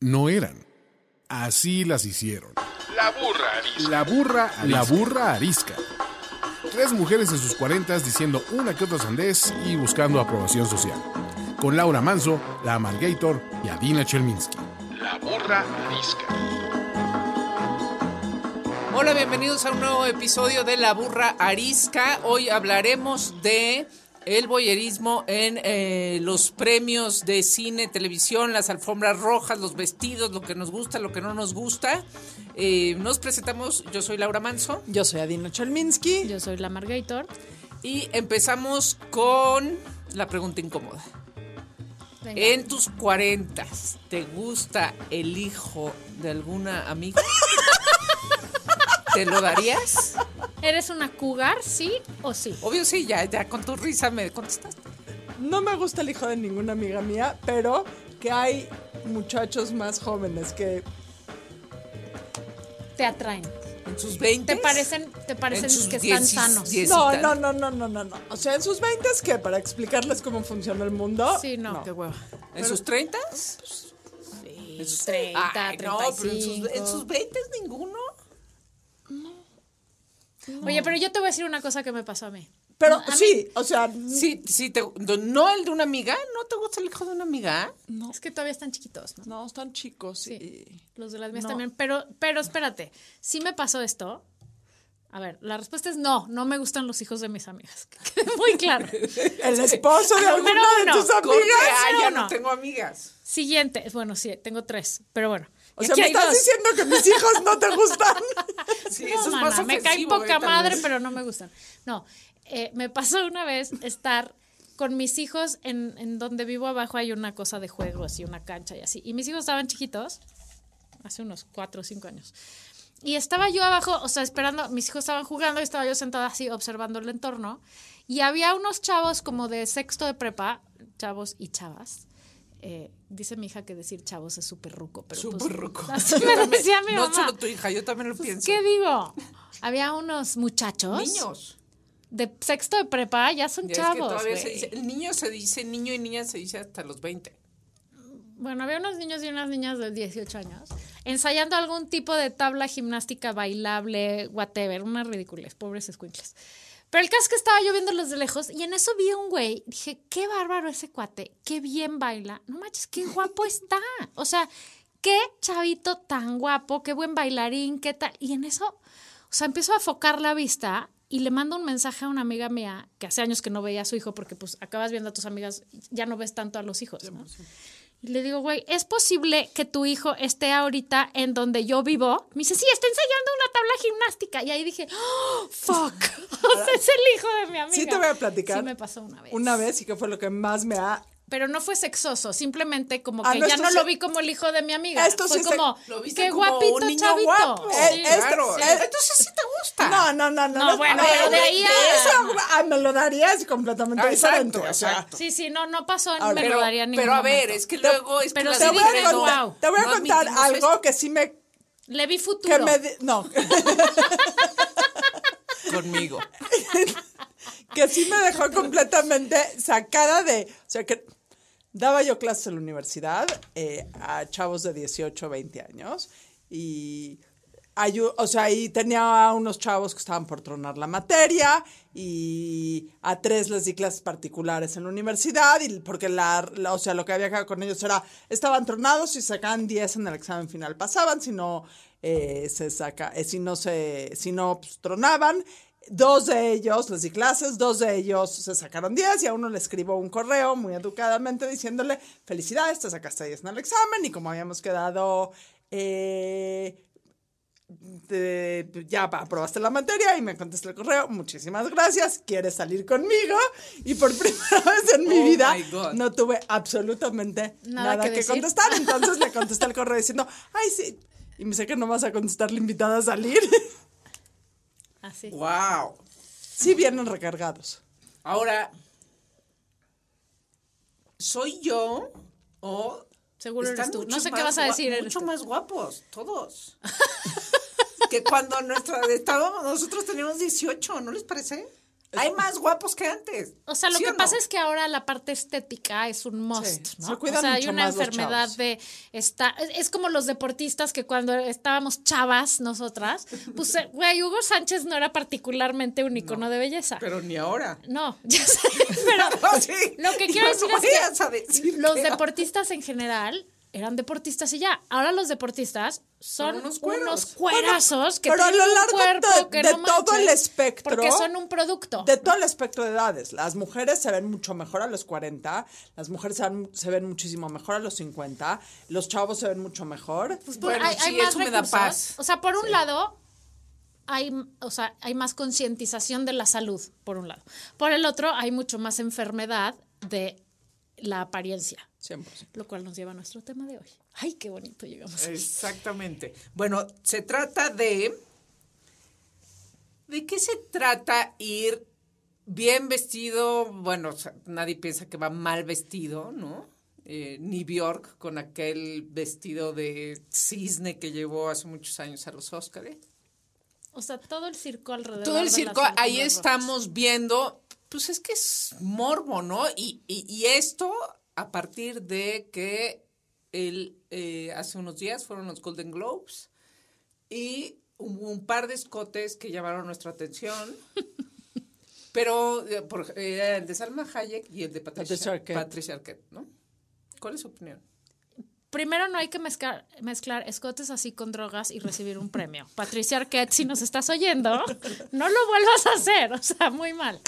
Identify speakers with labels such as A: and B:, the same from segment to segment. A: no eran. Así las hicieron.
B: La burra arisca.
A: La burra, la burra arisca. Tres mujeres en sus cuarentas diciendo una que otra sandez y buscando aprobación social. Con Laura Manso, la Amalgator y Adina Chelminsky.
B: La burra arisca.
C: Hola, bienvenidos a un nuevo episodio de La Burra Arisca. Hoy hablaremos de el boyerismo en eh, los premios de cine, televisión, las alfombras rojas, los vestidos, lo que nos gusta, lo que no nos gusta. Eh, nos presentamos, yo soy Laura Manso
D: Yo soy Adina Chalminsky.
E: Yo soy la Margator.
C: y empezamos con la pregunta incómoda.
E: Venga.
C: En tus cuarentas, ¿te gusta el hijo de alguna amiga? ¿Te lo darías?
E: ¿Eres una cougar, sí o sí?
C: Obvio sí, ya, ya con tu risa me contestaste.
D: No me gusta el hijo de ninguna amiga mía, pero que hay muchachos más jóvenes que
E: ¿Te atraen?
C: En sus 20.
E: ¿Te parecen, te parecen
C: En sus
E: que están
C: 10
E: sanos?
C: diez-
D: no,
C: Necesitan.
D: no, no, no, no, no, no. O sea, en sus 20 que para explicarles cómo funciona el mundo.
E: Sí, no, pues, qué hueva.
C: ¿En sus 30? En sus
E: 30,
C: Ay, No, pero en sus,
E: 35.
C: en sus 20 ninguno.
E: Oye, pero yo te voy a decir una cosa que me pasó a mí.
D: Pero
E: No, a
D: sí, o sea,
E: Mm.
C: Sí, sí, te, no el de una amiga. ¿No te gusta el hijo de una amiga?
E: mí- Es que todavía están chiquitos, ¿no?
D: no, están chicos.
E: Sí. Los de las mías
D: No.
E: también. Pero, pero espérate, ¿sí me pasó esto? A ver, la respuesta es no, no me gustan los hijos de mis amigas. Que quede Muy claro.
D: y- El esposo de
E: Número
D: alguna de
E: uno,
D: tus
C: Corte,
D: amigas.
C: ah, ya
E: no?
C: no tengo amigas.
E: Siguiente, bueno, sí, tengo tres, pero bueno.
D: O sea,
E: Aquí
D: me
E: hay
D: estás
E: dos.
D: diciendo que mis hijos no te gustan.
C: Sí,
E: No,
C: eso es
E: mana,
C: más
E: me cae
C: ofensivo, eh,
E: poca
C: ahorita
E: madre,
C: lo-
E: pero no me gustan. No, eh, me pasó una vez estar con mis hijos en, en donde vivo abajo hay una cosa de juegos y una cancha y así. Y mis hijos estaban chiquitos, hace unos cuatro o cinco años. Y estaba yo abajo, o sea, esperando, mis hijos estaban jugando y estaba yo sentada así observando el entorno. Y había unos chavos como de sexto de prepa, chavos y chavas. Eh, dice mi hija que decir chavos es súper ruco, pero pues,
C: Súper ruco.
E: así
C: Yo
E: me
C: también-
E: decía mi
C: No
E: mamá.
C: solo tu hija, yo también lo
E: Pues,
C: pienso.
E: ¿Qué digo? Había unos muchachos
C: Niños.
E: de sexto de prepa, ya son
C: Ya es que
E: chavos.
C: todavía se
E: güey.
C: dice- el niño se dice niño y niña se dice hasta los 20.
E: Bueno, había unos niños y unas niñas de 18 años ensayando algún tipo de tabla gimnástica bailable, whatever, unas ridículas, pobres escuincles. Pero el caso es que estaba yo viéndolos de lejos y en eso vi a un güey, dije, qué bárbaro ese cuate, qué bien baila, no manches, qué guapo está. O sea, qué chavito tan guapo, qué buen bailarín, qué tal. Y en eso, o sea, empiezo a focar la vista y le mando un mensaje a una amiga mía que hace años que no veía a su hijo porque pues acabas viendo a tus amigas, ya no ves tanto a los hijos. ¿no? Y le digo, güey, ¿es posible que tu hijo esté ahorita en donde yo vivo? Me dice, sí, está ensayando una tabla gimnástica. Y ahí dije, ¡Oh, fuck. O sea, es el hijo de mi amiga.
D: Sí te voy a platicar.
E: Sí me pasó una vez.
D: Una vez y que fue lo que más me ha
E: Pero no fue sexoso, simplemente como
D: Ah,
E: que
D: no,
E: ya
D: esto
E: no
D: sí-
E: lo vi como el hijo de mi amiga.
D: Esto
E: fue
D: sí se-
E: como,
C: Lo viste
E: qué
C: como
E: guapito
C: un niño
E: chavito.
C: guapo.
E: Sí.
D: Eh, este-
C: claro.
D: eh,
C: Entonces sí te gusta.
D: No, no, no, no.
E: No, bueno, pero de ahí a-
D: eso, ah, me lo darías completamente
C: Ah,
D: diferente.
C: exacto,
D: o sea.
C: exacto.
E: Sí, sí, no, no pasó,
D: Ahora,
E: me
C: pero,
E: lo daría en ningún
C: pero a ver,
E: momento.
C: es que luego es
E: pero
C: que
E: sí
D: Te
C: las
D: voy a
C: mujeres no-
D: contar,
E: wow.
D: te voy a
C: no
D: contar
C: admitimos
D: algo
C: esto.
D: que sí me.
E: Le vi futuro.
D: Que me di- no,
C: conmigo.
D: que sí me dejó completamente sacada de. O sea, que daba yo clases en la universidad eh, a chavos de 18, 20 años. Y. ayu- o sea, y tenía a unos chavos que estaban por tronar la materia y a tres les di clases particulares en la universidad y porque la, la- o sea, lo que había que hacer con ellos era, estaban tronados y sacaban 10 en el examen final, pasaban, si no, eh, se saca, eh, si no se, si no, pues, tronaban, Dos de ellos, les di clases, dos de ellos se sacaron 10 y a uno le escribo un correo muy educadamente diciéndole, felicidades, te sacaste 10 en el examen y como habíamos quedado, eh, te- ya pa- aprobaste la materia y me contestó el correo, muchísimas gracias, quieres salir conmigo y por primera vez en mi
C: Oh
D: vida
C: my God.
D: no tuve absolutamente
E: Nada
D: nada,
E: que
D: que,
E: decir.
D: contestar, entonces le contesté el correo diciendo, ay sí, y me sé que no vas a contestar la invitada a salir,
E: Así.
C: Wow.
D: sí vienen recargados.
C: Ahora, ¿soy yo o
E: Seguro eres
C: están
E: tú.
C: mucho
E: No sé qué
C: más
E: vas a
C: gua-
E: decir, eres
C: Mucho
E: tú.
C: más guapos, todos. que cuando nuestra, estábamos, nosotros teníamos 18, ¿no les parece? Hay más guapos que antes.
E: O sea, lo
C: ¿Sí
E: que
C: no?
E: pasa es que ahora la parte estética es un must,
D: Sí,
E: ¿no?
D: se
E: o
D: cuidan
E: sea, hay
D: mucho
E: una
D: más los
E: enfermedad
D: chavos.
E: de está es, es como los deportistas que cuando estábamos chavas nosotras, pues eh, güey, Hugo Sánchez no era particularmente un icono de belleza.
D: Pero ni ahora.
E: no, ya sé, pero
D: No, sí.
E: lo que
D: No
E: quiero decir es que
D: vayas a decir
E: los
D: que-
E: deportistas en general eran deportistas y ya. Ahora los deportistas son
D: Son
E: unos,
D: unos cueros.
E: cuerazos que
D: Bueno, pero a
E: tienen
D: lo
E: un
D: largo
E: cuerpo
D: de-
E: que
D: de
E: no
D: todo el
E: manches,
D: espectro,
E: Porque son un producto.
D: De todo el espectro de edades. Las mujeres se ven mucho mejor a los 40, las mujeres se van- se ven muchísimo mejor a los 50, los chavos se ven mucho mejor.
E: Pues por-
C: Bueno,
E: hay, hay
C: sí,
E: más
C: eso me da
E: recursos.
C: paz.
E: O sea, por un lado, hay, o sea, hay más concientización de la salud, por un lado. Por el otro, hay mucho más enfermedad de la apariencia,
D: 100%.
E: lo cual nos lleva a nuestro tema de hoy. Ay, qué bonito llegamos.
C: Eh. Exactamente. Bueno, se trata de. ¿De qué se trata ir bien vestido? Bueno, o sea, nadie piensa que va mal vestido, ¿no? Eh, ni Bjork con aquel vestido de cisne que llevó hace muchos años a los Óscares.
E: O sea, todo el circo alrededor.
C: Todo el
E: de las
C: circo, ahí
E: alfombras
C: estamos viendo, pues es que es morbo, ¿no? Y, y- y esto a partir de que el, eh, hace unos días fueron los Golden Globes y hubo un par de escotes que llamaron nuestra atención. Pero eh, por, eh, el de Salma Hayek y el de Patricia,
D: Patricia Arquette.
C: Patricia Arquette, ¿no? ¿Cuál es su opinión?
E: rojas. Primero, no hay que mezclar, mezclar escotes así con drogas y recibir un premio. Patricia Arquette, si nos estás oyendo, no lo vuelvas a hacer. O sea, muy mal.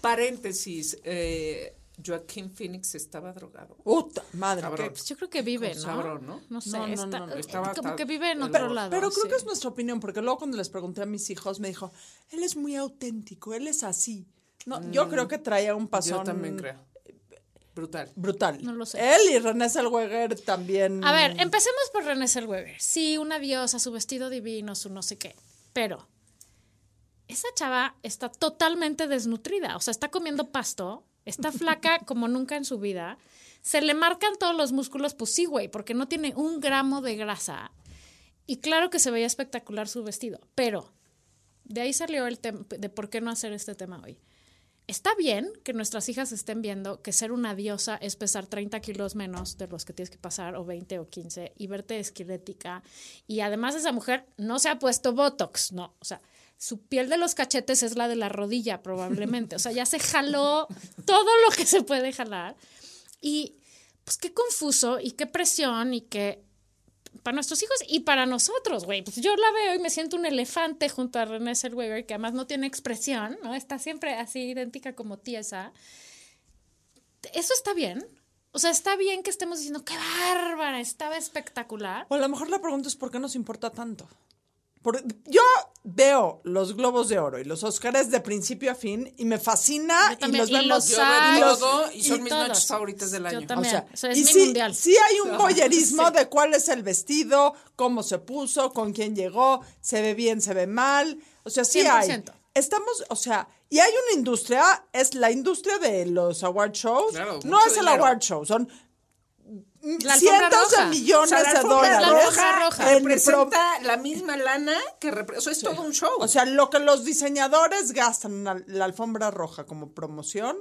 C: Paréntesis, eh, Joaquín Phoenix estaba drogado.
D: Puta madre.
C: Cabrón.
D: qué-
E: Pues yo creo que vive, ¿no?
C: Como sabrón, ¿no?
E: No sé,
D: No, no,
E: está-
D: no, no,
C: estaba
E: como
C: hasta
E: que vive en
C: el
E: otro
C: borde.
E: lado.
D: Pero creo
E: sí.
D: que es nuestra opinión, porque luego cuando les pregunté a mis hijos, me dijo, él es muy auténtico, él es así. No, yo creo que traía un pasón.
C: Mm, Yo también creo. Brutal.
D: Brutal.
E: No lo sé.
D: Él y René Zellweger también.
E: A ver, empecemos por René Zellweger. Sí, una diosa, su vestido divino, su no sé qué. Pero esa chava está totalmente desnutrida. O sea, está comiendo pasto, está flaca como nunca en su vida. Se le marcan todos los músculos, pues sí, güey, porque no tiene un gramo de grasa. Y claro que se veía espectacular su vestido, pero de ahí salió el tema de por qué no hacer este tema hoy. Está bien que nuestras hijas estén viendo que ser una diosa es pesar 30 kilos menos de los que tienes que pasar, o 20 o 15, y verte esquelética. Y además esa mujer no se ha puesto Botox, no. O sea, su piel de los cachetes es la de la rodilla probablemente. O sea, ya se jaló todo lo que se puede jalar. Y pues qué confuso y qué presión y qué... Para nuestros hijos y para nosotros, güey. Pues yo la veo y me siento un elefante junto a René Zellweger, que además no tiene expresión, ¿no? Está siempre así idéntica como tiesa. Eso está bien. O sea, está bien que estemos diciendo, qué bárbara, estaba espectacular.
D: O a lo mejor la pregunta es por qué nos importa tanto. Por- yo veo los Globos de Oro y los Óscares de principio a fin y me fascina
E: Yo
D: y
E: también,
D: los vemos
C: Yo
E: hay,
C: veo
D: los-
C: todo y son mis
E: todos.
C: noches favoritas del
E: Yo
C: año.
E: también.
D: o sea,
E: Eso es
D: y
E: mi
D: sí,
E: mundial.
D: sí hay un voyerismo de cuál es el vestido, cómo se puso, con quién llegó, se ve bien, se ve mal. O sea, sí hay.
E: 100%.
D: Estamos, o sea, y hay una industria, es la industria de los award shows.
C: Claro,
D: no
C: mucho
D: es el
C: dinero.
D: award show, son
E: La alfombra
D: cientos
E: roja.
D: de millones
C: O sea, la
D: de
C: alfombra
D: dólares.
E: roja
D: en pro-
C: Representa la misma lana que repre- o sea, es todo un show.
D: O sea, lo que los diseñadores gastan en la, la alfombra roja como promoción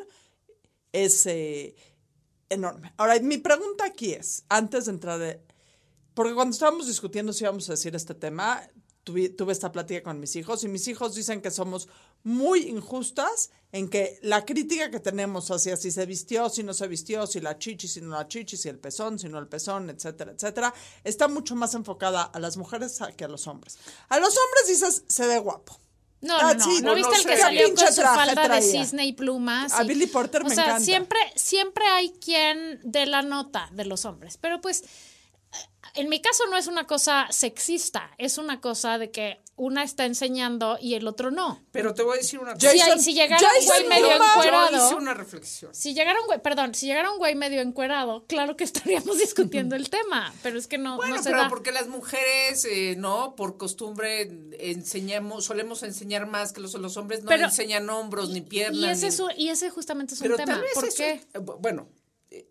D: es eh, enorme. Ahora, mi pregunta aquí es, antes de entrar, de- porque cuando estábamos discutiendo si íbamos a decir este tema, tuve, tuve esta plática con mis hijos y mis hijos dicen que somos muy injustas en que la crítica que tenemos hacia si se vistió, si no se vistió, si la chichi, si no la chichi, si el pezón, si no el pezón, etcétera, etcétera, está mucho más enfocada a las mujeres a- que a los hombres. A los hombres dices, se ve guapo.
E: No,
D: Ah,
E: no, no.
D: sí,
E: ¿No
D: o
E: viste
D: no
E: el
D: sé.
E: que
D: ¿Qué
E: salió con
D: pinche
E: su
D: traje
E: falda de
D: traía?
E: cisne y plumas?
D: A
E: y-
D: Billy Porter
E: o
D: me
E: sea,
D: encanta.
E: siempre, siempre hay quien de la nota de los hombres. Pero pues, en mi caso no es una cosa sexista. Es una cosa de que una está enseñando y el otro no.
C: Pero te voy a decir una cosa.
D: Jason-
E: Si- si, llegara un güey
D: Jason
E: medio
D: Momoa.
E: encuerado...
C: Yo hice una reflexión.
E: Si llegara un güey, perdón, si llegara un güey medio encuerado, claro que estaríamos discutiendo el tema, pero es que no,
C: Bueno,
E: no se
C: pero
E: da.
C: porque las mujeres, eh, no, por costumbre enseñamos, solemos enseñar más que los, los hombres no
E: Pero-
C: enseñan hombros ni piernas.
E: y ese
C: ni-
E: es un- y ese justamente es un
C: pero
E: tema.
C: tal vez
E: ¿Por
C: eso-
E: qué?
C: eh, bu- bueno, eh,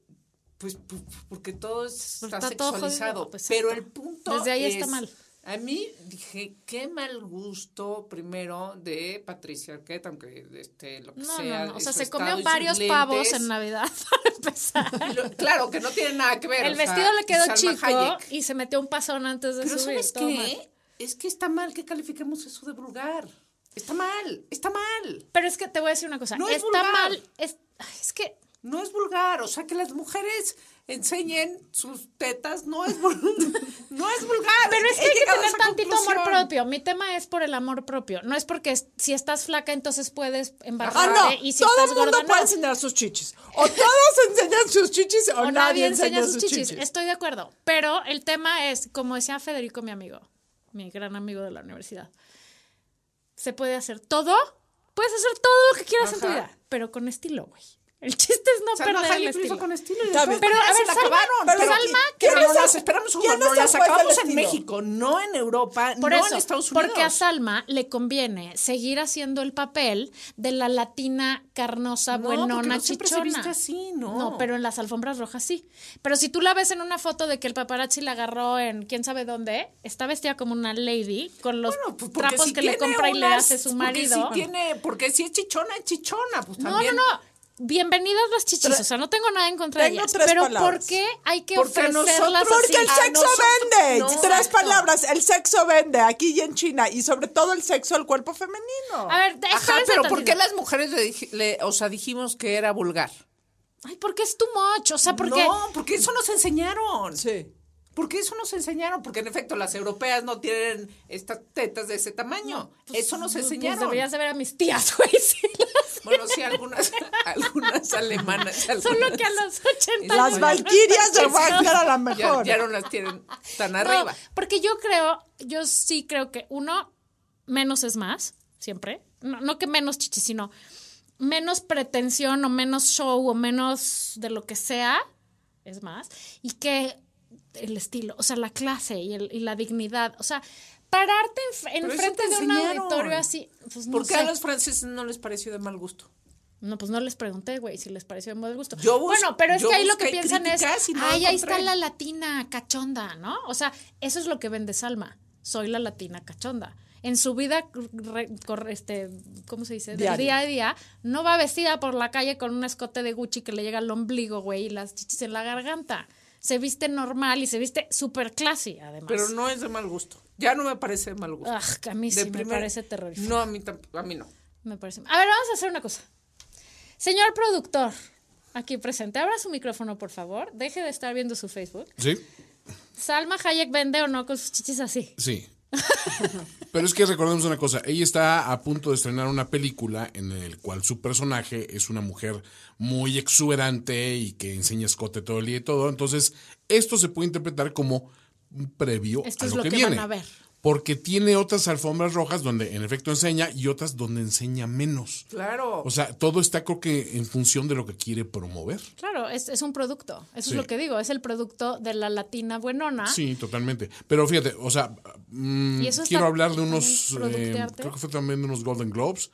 C: pues pu- pu- porque todo es-
E: Pues
C: está,
E: está todo
C: sexualizado.
E: jodido, pues,
C: pero
E: exacto.
C: el punto
E: Desde ahí
C: es-
E: está mal.
C: A mí dije, qué mal gusto primero de Patricia Arquette, aunque este, lo que
E: No,
C: sea.
E: no, no. O
C: de
E: sea,
C: su
E: se
C: estado y
E: comió
C: sus
E: varios pavos
C: lentes.
E: en Navidad para empezar.
C: Y lo- Claro, que no tiene nada que ver.
E: El
C: o sea,
E: vestido le quedó
C: Salma
E: chico
C: Hayek.
E: y se metió un pasón antes de
C: Pero
E: subir.
C: ¿sabes
E: todo mal.
C: qué? Es que está mal que califiquemos eso de vulgar. Está mal, está mal.
E: Pero es que te voy a decir una cosa.
C: No es
E: está
C: vulgar.
E: mal. Es, ay, es que
C: No es vulgar, o sea, que las mujeres enseñen sus tetas no es, vul- no es vulgar.
E: Pero es que
C: He
E: hay que
C: llegado a
E: tener
C: esa
E: tantito amor
C: conclusión.
E: propio. Mi tema es por el amor propio. No es porque es- si estás flaca, entonces puedes
D: Ah,
E: embarazarte.
D: no,
E: y si
D: todo
E: estás
D: el mundo
E: gorda,
D: puede
E: no.
D: enseñar sus chichis. O todos enseñan sus chichis o,
E: O
D: nadie enseña sus chichis.
E: Estoy de acuerdo. Pero el tema es, como decía Federico, mi amigo, mi gran amigo de la universidad, se puede hacer todo. Puedes hacer todo lo que quieras en tu
C: Ajá.
E: vida, pero con estilo, güey. El chiste es no
C: Salma
E: perder el
C: Hayek lo hizo
E: estilo.
C: con estilo. y
D: Está bien.
C: después
E: Pero,
C: ya
E: a
C: se
E: ver,
C: la
E: Salma,
C: acabaron.
E: pero
C: Pero,
E: Salma,
C: que
E: ¿quién
C: no
D: es el-
C: las esperamos un
D: quién
C: no
D: es
C: las
D: el juez del
C: acabamos en
D: estilo?
C: México, no en Europa,
E: Por
C: no
E: eso,
C: en Estados Unidos.
E: porque a Salma le conviene seguir haciendo el papel de la latina carnosa,
C: No, porque
E: buenona,
C: no siempre se
E: chichona.
C: viste así, no.
E: No, pero en las alfombras rojas sí. Pero si tú la ves en una foto de que el paparazzi la agarró en quién sabe dónde, está vestida como una lady con los
C: Bueno, pues, porque
E: trapos
C: si
E: que le
C: tiene
E: compra y le
C: unas-
E: hace su
C: porque si
E: marido.
C: tiene- porque si es chichona, es chichona, pues
E: no, no,
C: también.
E: no. Bienvenidas las chichis,
D: Tre-
E: o sea, no tengo nada en contra de
D: Tengo
E: ellas.
D: tres
E: Pero
D: palabras.
E: ¿por qué hay que
C: Porque a
E: ofrecerlas
C: nosotros-
E: así? Ah,
D: Porque el
C: A
D: sexo
C: nosotros-
D: vende.
C: No,
D: Tres
C: exacto.
D: palabras. El sexo vende aquí y en China. Y sobre todo el sexo al cuerpo femenino.
E: A ver,
C: Ajá,
E: espérense
C: pero ¿por
E: tantito.
C: qué las mujeres le, dij- le- o sea, dijimos que era vulgar?
E: Ay, porque es too much, o sea, porque...
C: No, porque eso nos enseñaron.
D: Sí.
C: Porque eso nos enseñaron, porque en efecto las europeas no tienen estas tetas de ese tamaño. eso nos
E: Pues
C: enseñaron.
E: deberías de ver a mis tías, güey. sí, las-
C: Bueno, sí, algunas, algunas alemanas. algunas-
E: Solo que a los 80
D: Las
E: años ya no
D: valquirias de
E: están
D: Wagner a la
C: ya,
D: mejor.
C: ya no las tienen tan
E: No,
C: arriba.
E: porque yo creo, yo sí creo que uno, menos es más, siempre. No, no que menos chichi, sino menos pretensión o menos show o menos de lo que sea, es más. Y que el estilo, o sea, la clase y, el- y la dignidad, o sea, pararte en, f- en
C: Pero eso
E: frente
C: te
E: de un
C: enseñaron.
E: auditorio así, pues no
C: ¿Por qué
E: sé.
C: a los franceses no les pareció de mal gusto?
E: No, pues no les pregunté, güey, si les pareció de mal gusto.
C: Yo bus-
E: bueno, pero es
C: yo
E: que ahí lo que
C: busqué
E: piensan es,
C: críticas y no
E: ay, ahí está
C: encontré".
E: la latina cachonda, ¿no? O sea, eso es lo que vende Salma. Soy la latina cachonda. En su vida, re- cor- este, ¿cómo se dice? Del
D: Diaria.
E: día a día, no va vestida por la calle con un escote de Gucci que le llega al ombligo, güey, y las chichis en la garganta. Se viste normal y se viste super classy, además.
C: Pero no es de mal gusto. Ya no me parece de mal gusto.
E: Aj, Ah, a mí
C: De
E: sí me
C: primer-
E: parece terrorífico.
C: No, a mí, tamp- a mí no.
E: Me parece. A ver, vamos a hacer una cosa. Señor productor, aquí presente, abra su micrófono, por favor. Deje de estar viendo su Facebook.
A: Sí,
E: ¿Salma Hayek vende o no con sus chichis así?
A: sí. Pero es que recordemos una cosa, ella está a punto de estrenar una película en el cual su personaje es una mujer muy exuberante y que enseña escote todo el día y todo. Entonces, esto se puede interpretar como un previo
E: Esto
A: a
E: es
A: lo,
E: lo
A: que,
E: que van
A: viene.
E: a ver.
A: Porque tiene otras alfombras rojas donde en efecto enseña y otras donde enseña menos.
C: Claro.
A: O sea, todo está creo que en función de lo que quiere promover.
E: Claro, es, es un producto.
A: Sí.
E: Eso es lo que digo. Es el producto de la latina buenona.
A: Sí, totalmente. Pero fíjate, o sea, mm,
E: Y eso está
A: quiero hablar de
E: en el
A: unos, eh,
E: productearte.
A: creo que fue también de unos Golden Globes.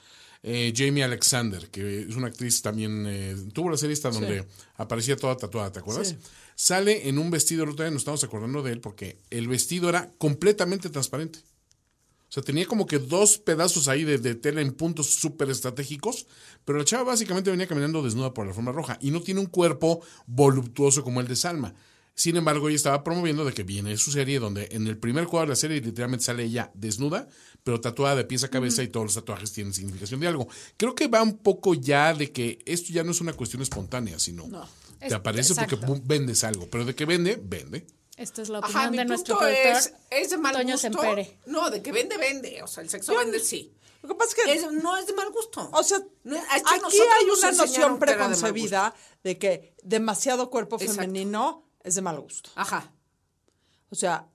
A: Eh, Jamie Alexander, que es una actriz también, eh, tuvo la serie esta donde aparecía toda tatuada, ¿te acuerdas? Sale en un vestido, el otro día nos estamos acordando de él porque el vestido era completamente transparente. O sea, tenía como que dos pedazos ahí de, de tela en puntos súper estratégicos, pero la chava básicamente venía caminando desnuda por la forma roja y no tiene un cuerpo voluptuoso como el de Salma. Sin embargo, ella estaba promoviendo de que viene su serie donde en el primer cuadro de la serie literalmente sale ella desnuda, pero tatuada de pies a cabeza y todos los tatuajes tienen significación de algo. Creo que va un poco ya de que esto ya no es una cuestión espontánea, sino
E: Es-
A: te aparece porque
E: exacto.
A: pum, vendes algo, pero de que vende, vende.
E: Esta es la opinión
C: Ajá, mi
E: de nuestro
C: punto
E: productor.
C: es, es de mal
E: Toño
C: gusto.
E: Sempere.
C: No, de que vende, vende. O sea, el sexo vende, sí.
D: Lo que pasa es que.
C: Es- no es de mal gusto.
D: O sea,
C: No, es- es que
D: aquí
C: nosotros
D: hay
C: nos
D: una noción
C: enseñaron que era de mal gusto.
D: preconcebida de, que demasiado cuerpo
C: Exacto.
D: femenino es de mal gusto.
C: Ajá.
D: O sea,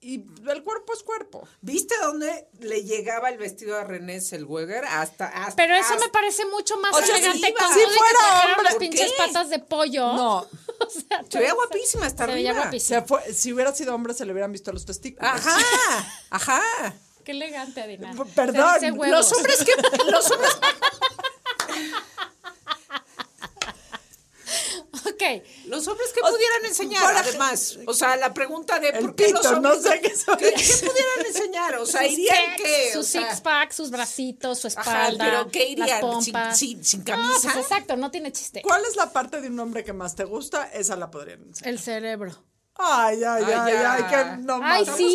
D: y el cuerpo es cuerpo.
C: ¿Viste dónde le llegaba el vestido a René Zellweger? Hasta, hasta
E: Pero eso
C: hasta-
E: me parece mucho más
D: O sea,
E: elegante
C: sí,
E: como
C: si
E: de que
D: fuera
E: sacaron
D: hombre,
E: las
C: ¿por
E: pinches
C: qué?
E: patas de pollo.
D: No.
E: O sea,
C: Se veía guapísima hasta
E: Se veía
C: arriba.
D: O
E: guapísima.
D: sea, fue- si hubiera sido hombre se le hubieran visto los testículos.
C: Ajá, ajá.
E: Qué elegante, Adina.
D: P- perdón,
E: Se dice
D: los
E: huevos.
C: hombres que los hombres
E: Ok, güey.
C: Los hombres que
D: O-
C: pudieran enseñar,
D: por ej-
C: además. O sea, la pregunta de
D: El
C: por qué los
D: pito, no
C: hombres.
D: sé qué son.
C: ¿Qué, qué pudieran enseñar? O sea,
E: Sus
C: irían
E: pecs,
C: que.
E: Sus six pack, sus bracitos, su
C: Ajá,
E: espalda.
C: pero ¿qué
E: Las
C: irían?
E: pompas.
C: ¿Sin- sin- sin
E: No,
C: camisa?
E: pues exacto, no tiene chiste.
D: ¿Cuál es la parte de un hombre que más te gusta? Esa la podrían enseñar.
E: El cerebro.
D: Ay, ay,
C: Ay,
D: ay,
C: ya.
D: ay, que no
E: Ay,
D: mames.
E: sí.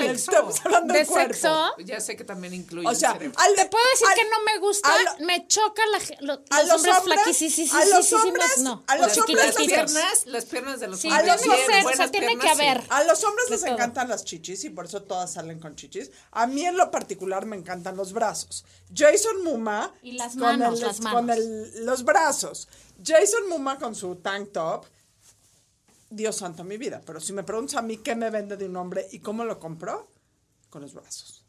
D: Estamos hablando del
E: De
D: cuerpo.
E: sexo.
C: Ya sé que también incluye.
D: O
C: el
D: sea,
C: cerebro.
D: al
E: Te puedo decir
D: al-
E: que no me gusta,
D: a lo-
E: me choca la, ge- lo-
D: a
E: los,
D: los
E: hombres
D: hombres-
E: flaquisísimos.
D: a los hombres-
E: no,
D: a los
E: los
D: hombres
C: las
D: las
E: chiquititos.
C: piernas, las piernas de los
E: Sí,
C: hombres.
D: debe
C: bien,
D: ser, o
E: sea,
C: buenas
E: tiene
C: piernas,
E: que
C: sí.
E: haber.
D: A los hombres
E: De
D: les
E: todo.
D: encantan las chichis y por eso todas salen con chichis. A mí en lo particular me encantan los brazos. Jason Muma
E: Y las
D: con
E: manos,
D: el-
E: las manos.
D: con el- los brazos. Jason Muma con su tank top. Dios santo mi vida, pero si me preguntas a mí qué me vende de un hombre y cómo lo compro, con los brazos.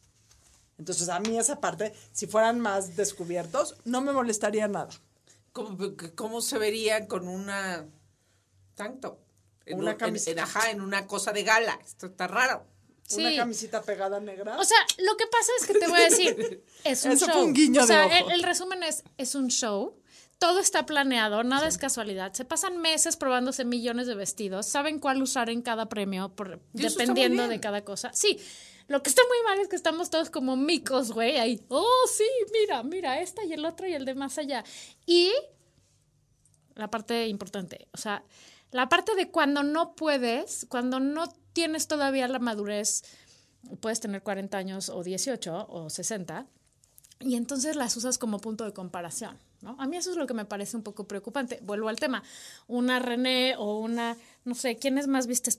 D: Entonces a mí esa parte, si fueran más descubiertos, no me molestaría nada.
C: ¿Cómo, cómo se verían con una tanto? En un-
D: Una
C: en-
D: camisa.
C: en- ajá, en una cosa de gala. Esto está raro.
D: Una
E: Sí.
D: camisita pegada negra.
E: O sea, lo que pasa es que te voy a decir, es un
D: Eso
E: show.
D: fue un guiño
E: o sea,
D: de ojo.
E: El, el resumen es, es un show. Todo está planeado, nada es casualidad. Se pasan meses probándose millones de vestidos, saben cuál usar en cada premio, por-
C: Y eso está muy
E: dependiendo de
C: bien.
E: cada cosa. Sí, lo que está muy mal es que estamos todos como micos, güey, ahí. Oh, sí, mira, mira, esta y el otro y el de más allá. Y la parte importante, o sea, la parte de cuando no puedes, cuando no tienes todavía la madurez, puedes tener 40 años o 18 o 60, y entonces las usas como punto de comparación, ¿no? A mí eso es lo que me parece un poco preocupante. Vuelvo al tema, una René o una, no sé, ¿quién es más viste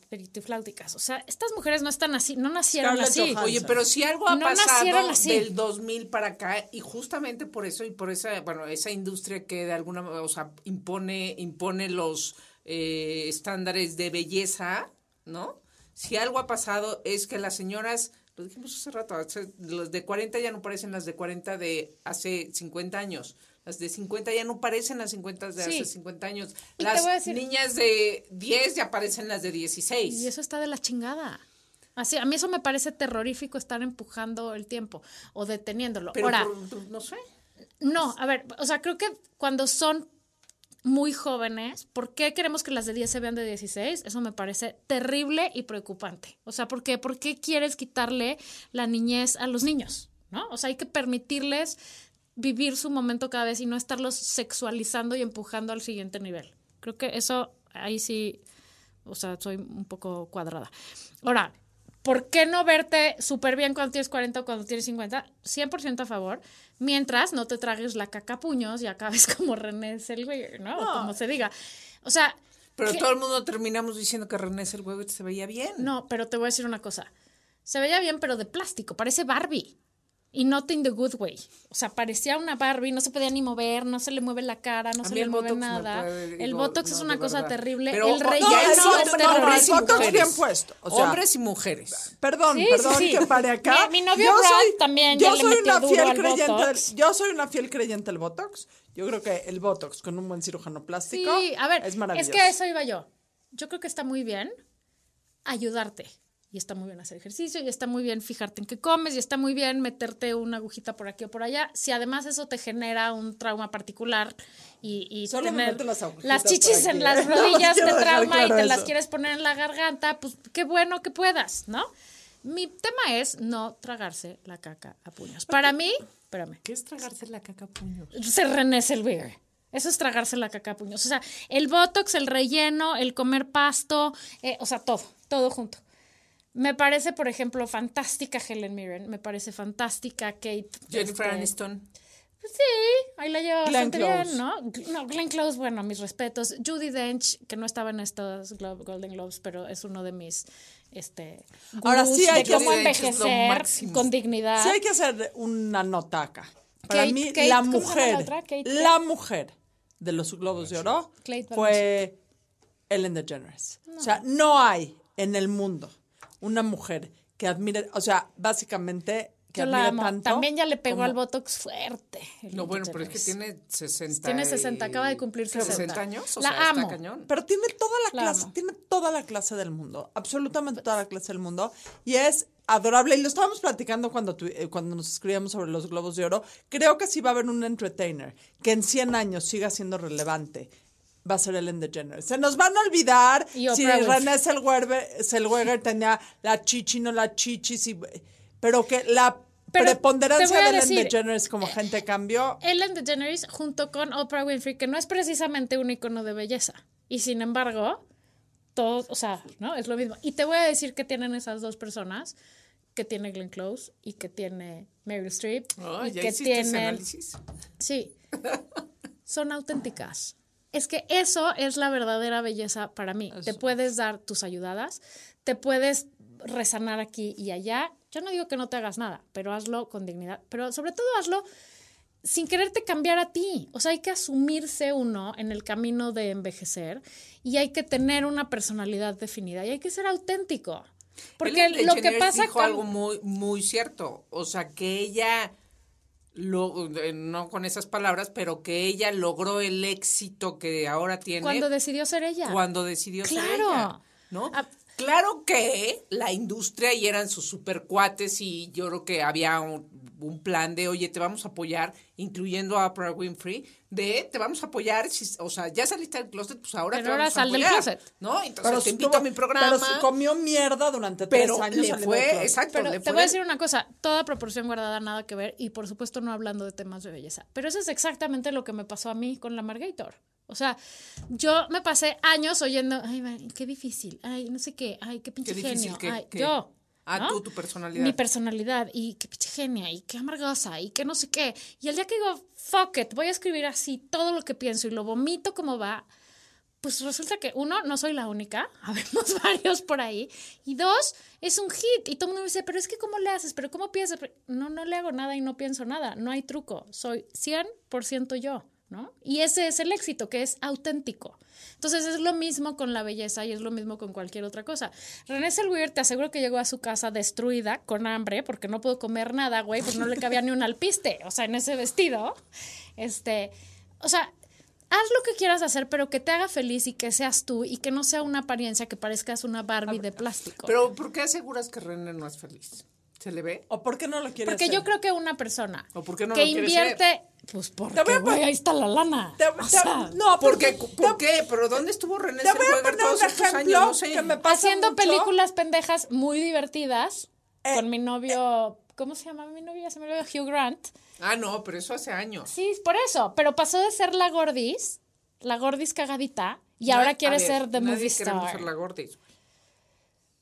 E: espiritifláuticas? O sea, estas mujeres no están así, no nacieron
D: Scarlett
E: así.
D: Johansson.
E: Oye,
C: Oye, pero si algo ha
E: No nacieron
C: pasado
E: así.
C: del 2000 para acá y justamente por eso y por esa, bueno, esa industria que de alguna manera, o sea, impone, impone los eh, estándares de belleza, ¿no? Si algo ha pasado es que las señoras, lo dijimos hace rato, hace- las de 40 ya no parecen las de 40 de hace 50 años. Las de 50 ya no parecen las 50 de
E: Sí.
C: hace 50 años.
E: Y te
C: Las
E: voy a decir-
C: niñas de 10 ya parecen las de 16.
E: Y eso está de la chingada. Así, a mí eso me parece terrorífico estar empujando el tiempo o deteniéndolo.
C: Pero
E: Ahora,
C: por- no sé.
E: no, a ver, o sea, creo que cuando son muy jóvenes, ¿por qué queremos que las de 10 se vean de 16? Eso me parece terrible y preocupante. O sea, ¿por qué, ¿Por qué quieres quitarle la niñez a los niños? ¿No? O sea, hay que permitirles vivir su momento cada vez y no estarlos sexualizando y empujando al siguiente nivel. Creo que eso ahí sí o sea, soy un poco cuadrada. Ahora, ¿por qué no verte súper bien cuando tienes 40 o cuando tienes 50? 100% a favor, mientras no te tragues la caca a puños y acabes como René Zellweger, ¿no? O Como se diga. O sea,
C: Pero
E: ¿qué-
C: todo el mundo terminamos diciendo que René el huevo se veía bien.
E: no, pero te voy a decir una cosa. Se veía bien, pero de plástico, parece Barbie. Y not in the good way. O sea, parecía una Barbie, no se podía ni mover, no se le mueve la cara, no
C: A
E: se
C: mí
E: le
C: el
E: mueve
C: botox me
E: nada.
C: puede-
E: el
C: digo,
E: botox es
C: no,
E: una
C: de
E: cosa
C: verdad.
E: terrible.
C: Pero,
E: el
C: no,
E: relleno
C: no,
E: es
C: no, no,
E: terrible.
C: hombres y
D: el botox
C: mujeres.
D: bien puesto, o sea-
C: hombres y mujeres.
D: Perdón,
E: Sí,
D: perdón
E: sí, sí.
D: que pare acá.
E: Mi- mi novio Rob también ya
D: yo
E: le
D: soy
E: metió
D: una
E: duro
D: fiel
E: al
D: creyente
E: Botox.
D: del- yo soy una fiel creyente del botox. Yo creo que el botox con un buen cirujano plástico
E: Sí, a ver,
D: es maravilloso.
E: que a eso iba yo. Yo creo que está muy bien ayudarte. Y está muy bien hacer ejercicio, y está muy bien fijarte en qué comes, y está muy bien meterte una agujita por aquí o por allá. Si además eso te genera un trauma particular y, y
D: Solo me
E: tener
D: meto las agujitas
E: las
D: por
E: chichis
D: aquí,
E: en
D: ¿eh?
E: las
D: Nada más
E: rodillas te
D: quiero dejar
E: trauma y
D: claro
E: te las
D: eso.
E: quieres poner en la garganta, pues qué bueno que puedas, ¿no? Mi tema es no tragarse la caca a puños. Para mí, espérame,
C: ¿Qué es tragarse la caca a puños?
E: se renece el beer. Eso es tragarse la caca a puños. O sea, el botox, el relleno, el comer pasto, eh, o sea, todo, todo junto. Me parece, por ejemplo, fantástica Helen Mirren, me parece fantástica Kate.
C: Jennifer
E: este,
C: Aniston.
E: pues sí, ahí la lleva
D: Glenn
E: bastante
D: Close.
E: bien, ¿no? Gl- No, Glenn Close, bueno, mis respetos. Judy Dench, que no estaba en estos Glo- Golden Globes, pero es uno de mis, este,
D: Ahora
E: gurús
D: sí hay
E: de
D: que-
E: cómo
D: Judy
C: Dench es lo
E: envejecer
C: máximo.
E: con dignidad.
D: Sí hay que hacer una nota acá. Para
E: Kate-
D: mí
E: Kate,
D: la
E: ¿cómo se llama la
D: mujer,
E: otra?
D: la,
E: Kate-
D: mujer de los Globos de Oro
E: Kate
D: fue Ellen DeGeneres. O sea, no hay en el mundo una mujer que admire, o sea, básicamente que
E: Yo
D: admire
E: la amo.
D: tanto.
E: También ya le pegó
D: como-
E: al botox fuerte.
C: No, bueno, pero es que tiene 60.
E: Tiene 60, acaba de cumplir 60.
C: 60 años, o
E: La
C: sea,
E: amo.
C: está cañón.
D: Pero tiene toda la,
E: La
D: clase,
E: amo. Pues.
D: tiene toda la clase del mundo, absolutamente toda la clase del mundo, y es adorable. Y lo estábamos platicando cuando, tu- eh, cuando nos escribíamos sobre los Globos de Oro. Creo que sí va a haber un entertainer que en 100 años siga siendo relevante va a ser Ellen DeGeneres. Se nos van a olvidar
E: Y
D: si
E: Oprah Winfrey.
D: René Zellweger, Zellweger tenía la chichi, no la chichi, si- pero que la
E: Pero te
D: preponderancia
E: voy a
D: de Ellen
E: decir- eh,
D: DeGeneres como gente cambió.
E: Ellen DeGeneres junto con Oprah Winfrey, que no es precisamente un icono de belleza. Y sin embargo, todos, o sea, ¿no? Es lo mismo. Y te voy a decir que tienen esas dos personas, que tiene Glenn Close y que tiene Meryl Streep.
C: Oh,
E: y
C: ¿Ya
E: que
C: hiciste ese
E: tienen-
C: análisis?
E: Sí. Son auténticas. Es que eso es la verdadera belleza para mí. Te puedes dar tus ayudadas, te puedes resanar aquí y allá. Yo no digo que no te hagas nada, pero hazlo con dignidad. Pero sobre todo hazlo sin quererte cambiar a ti. O sea, hay que asumirse uno en el camino de envejecer y hay que tener una personalidad definida y hay que ser auténtico. Porque
C: Ellen
E: lo que
C: DeGeneres
E: pasa
C: dijo
E: con-
C: algo muy muy cierto, o sea, que ella lo eh, no con esas palabras, pero que ella logró el éxito que ahora tiene
E: cuando decidió ser ella.
C: ¿eh? cuando decidió ser
E: Claro.
C: ella, ¿no?
E: Ah.
C: Claro que la industria y eran sus supercuates y yo creo que había un, un plan de, oye, te vamos a apoyar, incluyendo a Oprah Winfrey, de te vamos a apoyar, si- o sea, ya saliste del closet, pues ahora
E: Pero
C: te
E: ahora
C: vamos
E: sal
C: a
E: del
C: apoyar,
E: closet.
C: ¿no? Entonces te
D: si
C: invito
D: tuvo-
C: a mi programa.
D: Pero si comió mierda durante tres
C: Pero
D: años.
C: le
D: saliendo
C: fue,
D: del closet.
C: exacto,
E: Pero
C: le
E: te
C: fue
E: voy a
C: del-
E: decir una cosa, toda proporción guardada, nada que ver, y por supuesto no hablando de temas de belleza, pero eso es exactamente lo que me pasó a mí con la Margator. O sea, yo me pasé años oyendo, ay, Mari, qué difícil, ay, no sé qué, ay, qué pinche
C: Qué difícil
E: genio,
C: que-
E: ay,
C: que-
E: yo.
C: Ah,
E: ¿no?
C: tú, tu personalidad.
E: Mi personalidad, y qué pinche genia, y qué amargosa, y qué no sé qué. Y el día que digo, fuck it, voy a escribir así todo lo que pienso y lo vomito como va, pues resulta que uno, no soy la única, habemos varios por ahí, y dos, es un hit, y todo el mundo me dice, pero es que ¿cómo le haces? ¿Pero cómo piensas? Pero- No, no le hago nada y no pienso nada, no hay truco, soy 100% yo, ¿no? Y ese es el éxito, que es auténtico. Entonces es lo mismo con la belleza y es lo mismo con cualquier otra cosa. René Selweger te aseguro que llegó a su casa destruida, con hambre, porque no pudo comer nada, güey, porque no le cabía ni un alpiste, o sea, en ese vestido. Este, o sea, Haz lo que quieras hacer, pero que te haga feliz y que seas tú y que no sea una apariencia que parezcas una Barbie de plástico.
C: Pero ¿por qué aseguras que René no es feliz? ¿Se le ve?
D: ¿O por qué no lo quiere
E: porque
D: hacer?
E: yo creo que una persona
C: ¿O por qué no
E: que
C: lo quiere
E: invierte, pues porque
D: voy a
E: güey,
D: pon-
E: ahí está la lana.
D: Te-
E: O
D: te-
E: sea,
D: no,
C: ¿Por qué?
D: porque
C: ¿Por qué? ¿Pero dónde estuvo René
D: te voy a
C: Zellweger
D: poner
C: todos
D: un
C: estos años?
D: ejemplo
C: No sé.
D: que me pasa
E: haciendo
D: mucho.
E: películas pendejas muy divertidas
D: Eh,
E: con mi novio, ¿cómo se llama mi novio? Ya Se me olvidó Hugh Grant.
C: Ah, no, pero eso hace años.
E: Sí, por eso, pero pasó de ser la gordis, la gordis cagadita y
C: Na-
E: ahora
C: a
E: quiere
C: ver,
E: ser the
C: nadie
E: movie
C: queremos
E: star.
C: ser la Gordis.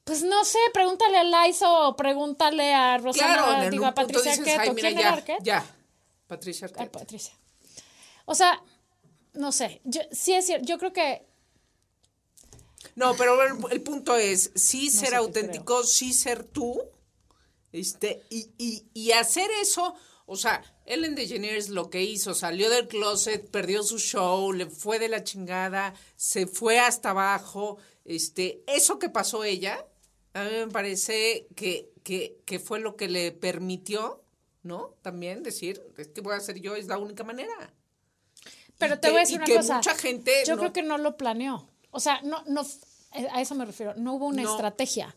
E: Pues no sé, pregúntale a Liza o pregúntale a Rosana,
C: Claro, en el
E: digo,
C: un
E: a
C: punto
E: Patricia
C: dices,
E: Arquette,
C: ay,
E: ¿o
C: mira,
E: quién era
C: ya,
E: Arquette?
C: ya, Patricia
E: Ay,
C: Arquette.
E: Patricia. O sea, no sé, yo, sí es cierto, yo creo que
C: No, pero el, el punto es, sí ser
E: qué
C: auténtico, sí ser tú, este, y, y, y hacer eso, o sea, Ellen DeGeneres lo que hizo, salió del closet, perdió su show, le fue de la chingada, se fue hasta abajo, este, eso que pasó ella, a mí me parece que, que, que fue lo que le permitió, ¿no? También decir, es que voy a hacer yo, es la única manera.
E: Pero
C: Y
E: te
C: que-
E: voy a decir
C: y
E: una
C: que
E: cosa.
C: mucha gente
E: Yo
C: no-
E: creo que no lo planeó. O sea, no, no, f- eh, a eso me refiero. No hubo una
C: No.
E: estrategia.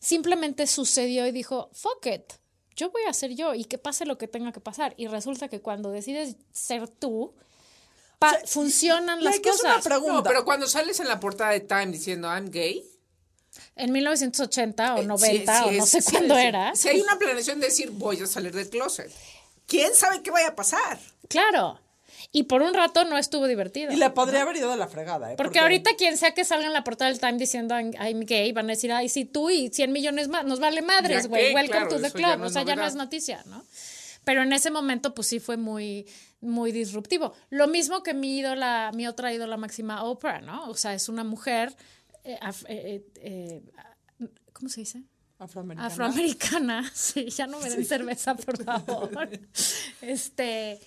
E: Simplemente sucedió y dijo, fuck it. Yo voy a ser yo y que pase lo que tenga que pasar. Y resulta que cuando decides ser tú, pa- funcionan las
D: Mike, es una
E: cosas.
D: pregunta.
C: No, pero cuando sales en la portada de Time diciendo, I'm gay,
E: En 1980 o
C: Eh, sí,
E: 90 o
C: sí
E: no
C: es-
E: sé
C: sí,
E: cuándo
C: sí.
E: era.
C: Si hay una planeación de decir voy a salir del closet. ¿Quién sabe qué vaya a pasar?
E: Claro. Y por un rato no estuvo divertido.
D: Y le podría haber ido de la fregada. ¿eh?
E: Porque ahorita quien sea que salga en la portada del Time diciendo I'm, I'm gay, van a decir, ay, sí, tú y 100 millones más, nos vale madres,
C: Ya
E: güey,
C: qué,
E: welcome
C: claro,
E: to the
C: eso
E: club,
C: ya no
E: o
C: es
E: sea, ya no
C: novedad.
E: es noticia, ¿no? Pero en ese momento, pues sí fue muy, muy disruptivo. Lo mismo que mi ídola, mi otra ídola máxima, Oprah, ¿no? O sea, es una mujer, eh, af- eh, eh, eh, ¿cómo se dice?
D: Afroamericana.
E: afroamericana. Sí, ya no me den cerveza, por favor. Este,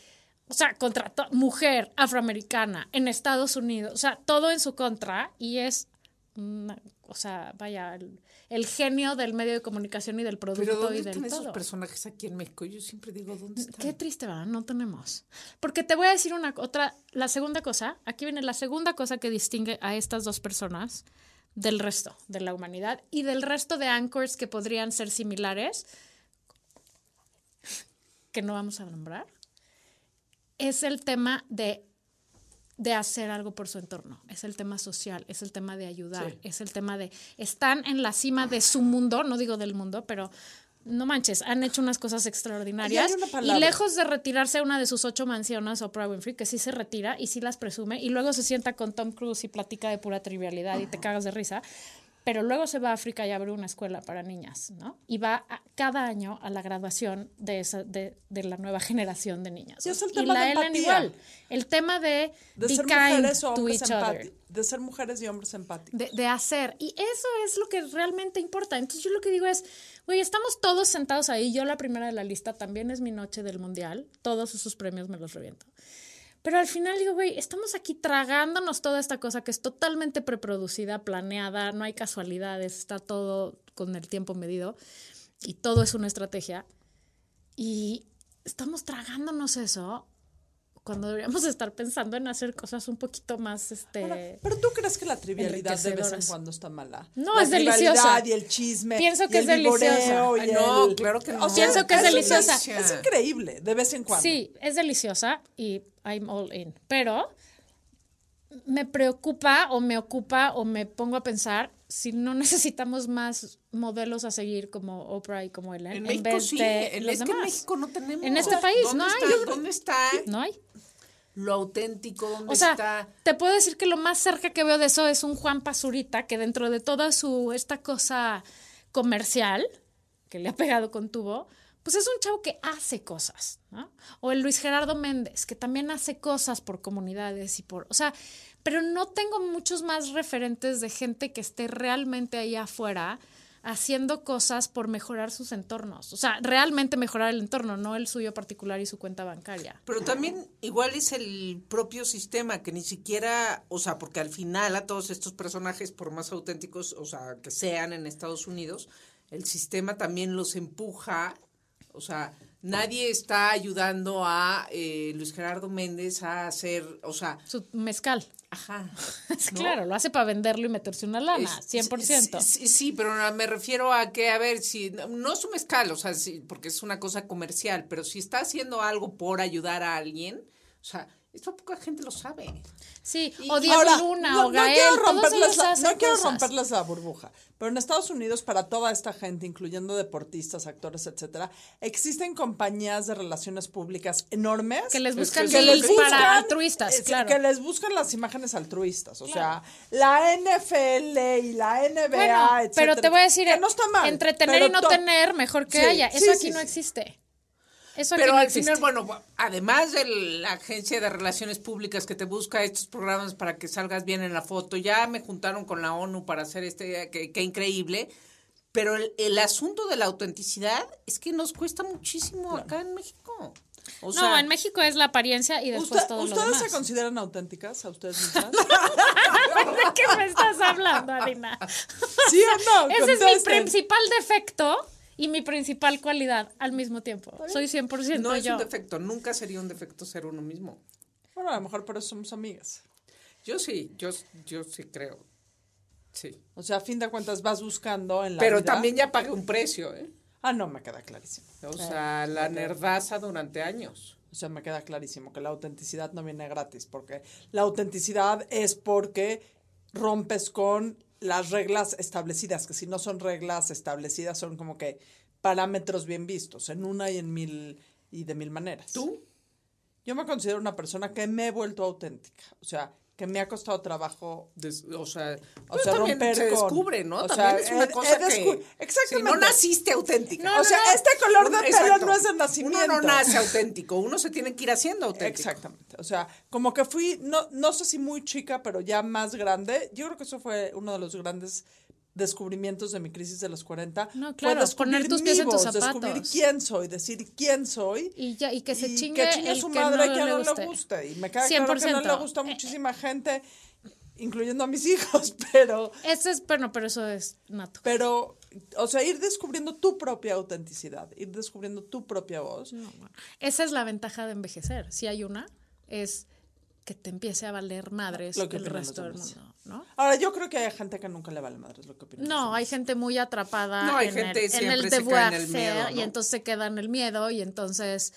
E: o sea, contra to- mujer afroamericana en Estados Unidos, o sea, todo en su contra y es una- o sea, vaya, el, el genio del medio de comunicación y del producto
C: Pero ¿dónde
E: y del
C: están esos
E: todo.
C: personajes aquí en México? Yo siempre digo, ¿dónde están?
E: Qué triste, ¿verdad? No tenemos. Porque te voy a decir una otra, la segunda cosa, aquí viene la segunda cosa que distingue a estas dos personas del resto de la humanidad y del resto de anchors que podrían ser similares, que no vamos a nombrar, es el tema de de hacer algo por su entorno. Es el tema social, es el tema de ayudar,
C: Sí.
E: es el tema de están en la cima de su mundo, no digo del mundo, pero no manches, han hecho unas cosas extraordinarias.
D: Y hay una palabra.
E: Y lejos de retirarse a una de sus ocho mansiones, Oprah Winfrey, que sí se retira y sí las presume, y luego se sienta con Tom Cruise y platica de pura trivialidad y te cagas de risa. Pero luego se va a África y abre una escuela para niñas, ¿no? Y va a- cada año a la graduación de, esa, de, de la nueva generación de niñas.
D: Sí, es el
E: Y
D: tema
E: la
D: de
E: Ellen
D: empatía.
E: igual. El tema de,
D: De
E: be
D: ser
E: kind
D: mujeres o
E: to
D: hombres
E: each other.
D: empáticos. De ser mujeres y hombres empáticos.
E: De, de hacer. Y eso es lo que realmente importa. Entonces yo lo que digo es, güey, estamos todos sentados ahí. Yo la primera de la lista también es mi noche del mundial. Todos esos premios me los reviento. Pero al final digo, güey, estamos aquí tragándonos toda esta cosa que es totalmente preproducida, planeada, no hay casualidades, está todo con el tiempo medido y todo es una estrategia. Y estamos tragándonos eso cuando deberíamos estar pensando en hacer cosas un poquito más, este...
D: Ahora, Pero tú crees que la trivialidad de vez en
E: Enriquecedoras.
D: cuando está mala.
E: No,
D: La
E: es deliciosa.
D: trivialidad Y el chisme.
E: Pienso que
D: y
E: es
D: el viboreo
E: deliciosa.
D: y
C: Ay, no,
D: el-
C: claro que no.
E: Pienso que es
D: una-
E: deliciosa.
D: Es increíble, de vez en cuando.
E: Sí, es deliciosa y I'm all in. Pero me preocupa o me ocupa o me pongo a pensar si no necesitamos más modelos a seguir como Oprah y como Ellen
C: En
E: en,
C: México
E: vez
C: sí,
E: de
C: en-
E: los
C: es que en
E: demás.
C: México no tenemos.
E: En este país,
C: ¿Dónde
E: no hay.
C: Está, ¿Dónde está
E: No hay.
C: lo auténtico? ¿Dónde
E: O sea,
C: está?
E: te puedo decir que lo más cerca que veo de eso es un Juan Pazurita que dentro de toda su esta cosa comercial que le ha pegado con tubo, pues es un chavo que hace cosas, ¿no? O el Luis Gerardo Méndez, que también hace cosas por comunidades y por, o sea, pero no tengo muchos más referentes de gente que esté realmente ahí afuera haciendo cosas por mejorar sus entornos, o sea, realmente mejorar el entorno, no el suyo particular y su cuenta bancaria.
C: Pero también igual es el propio sistema que ni siquiera, o sea, porque al final a todos estos personajes, por más auténticos, o sea, que sean en Estados Unidos, el sistema también los empuja, o sea, nadie está ayudando a eh, Luis Gerardo Méndez a hacer, o sea,
E: Su mezcal.
C: ajá.
E: Es
C: ¿no?
E: Claro, lo hace para venderlo y meterse una lana,
C: Es-
E: 100%.
C: Sí, sí, sí, pero me refiero a que, a ver, si no- no es un mezcal, o sea, sí, porque es una cosa comercial, pero si está haciendo algo por ayudar a alguien, o sea, esto poca gente lo sabe.
E: Sí,
C: Y-
E: o Diego
D: Ahora,
E: Luna,
D: no,
E: o
D: no
E: Gael,
D: quiero
E: todos
D: romperles
E: ellos
D: la,
E: hacen
D: no quiero
E: cosas.
D: romperles la burbuja, pero en Estados Unidos para toda esta gente, incluyendo deportistas, actores, etcétera, existen compañías de relaciones públicas enormes
E: Que les buscan
C: que les
E: deals para
D: buscan-
E: altruistas,
D: es-
E: claro.
D: que les buscan las imágenes altruistas, o
E: Claro.
D: sea, la NFL y la NBA,
E: Bueno, pero
D: etcétera,
E: te voy a decir,
D: que no está mal,
E: entretener
D: pero
E: y no
D: to-
E: tener, mejor que
D: Sí,
E: haya.
D: sí,
E: Eso aquí
D: sí,
E: no
D: sí.
E: existe. Eso aquí
C: Pero
E: no
C: al
E: existe.
C: final, bueno, además de la agencia de relaciones públicas que te busca estos programas para que salgas bien en la foto, ya me juntaron con la ONU para hacer este, que, que increíble. Pero el, el asunto de la autenticidad es que nos cuesta muchísimo acá en México. O
E: no,
C: sea,
E: en México es la apariencia y después
D: Usted-
E: todo lo
D: ¿Ustedes
E: demás.
D: se consideran auténticas a ustedes mismas?
E: ¿De qué me estás hablando, Adina?
D: ¿Sí o no?
E: Ese es mi
D: Contesten.
E: principal defecto y mi principal cualidad al mismo tiempo. Soy 100%
C: no es
E: yo.
C: un defecto, nunca sería un defecto ser uno mismo.
D: Bueno, a lo mejor por eso somos amigas.
C: Yo sí, yo, yo sí creo. Sí.
D: O sea, a fin de cuentas vas buscando en la
C: Pero
D: vida-
C: también ya pagué un precio, ¿eh?
D: Ah, no, me queda clarísimo.
C: O sea, la nerdaza durante años.
D: O sea, me queda clarísimo que la autenticidad no viene gratis, porque la autenticidad es porque rompes con las reglas establecidas, que si no son reglas establecidas son como que parámetros bien vistos, en una y en mil y de mil maneras.
C: ¿Tú?
D: Yo me considero una persona que me he vuelto auténtica, o sea, que me ha costado trabajo
C: Des- o sea,
D: O
C: pues
D: sea,
C: también
D: romper
C: se
D: con-
C: descubre, ¿no?
D: o
C: también
D: sea,
C: es una
D: he- he
C: cosa
D: descu-
C: que...
D: Exactamente.
C: si no naciste auténtica.
D: No, O no, sea, no. este color de
C: Un-
D: pelo no es de nacimiento.
C: Uno no nace auténtico, uno se tiene que ir haciendo auténtico.
D: Exactamente. O sea, como que fui, no, no sé si muy chica, pero ya más grande. Yo creo que eso fue uno de los grandes descubrimientos de mi crisis de los 40.
E: No,
D: Fue
E: claro,
D: descubrir
E: poner tus
D: mi
E: pies en tus
D: voz, Descubrir
E: zapatos.
D: quién soy, decir quién soy.
E: Y ya- y que se chingue el
D: su
E: que
D: madre
E: no
D: que
E: le
D: no le
E: guste.
D: guste. Y me queda claro que no
E: 100%.
D: le gusta a muchísima gente, incluyendo a mis hijos, pero...
E: Ese es, bueno, pero eso es nato.
D: Pero, o sea, ir descubriendo tu propia autenticidad, ir descubriendo tu propia voz.
E: No, bueno. Esa es la ventaja de envejecer. Si hay una, es que te empiece a valer madres
D: Lo que
E: el
D: opinan los
E: resto del
D: demás.
E: mundo, ¿no?
D: Ahora, yo creo que hay gente que nunca le vale madre, es lo que opino.
E: No, hay gente muy atrapada
C: No, hay
E: en,
C: gente
E: el, en
C: siempre se
E: el
C: cae en el
E: devoir
C: miedo,
E: faire, y
C: ¿no?
E: entonces se queda en el miedo y entonces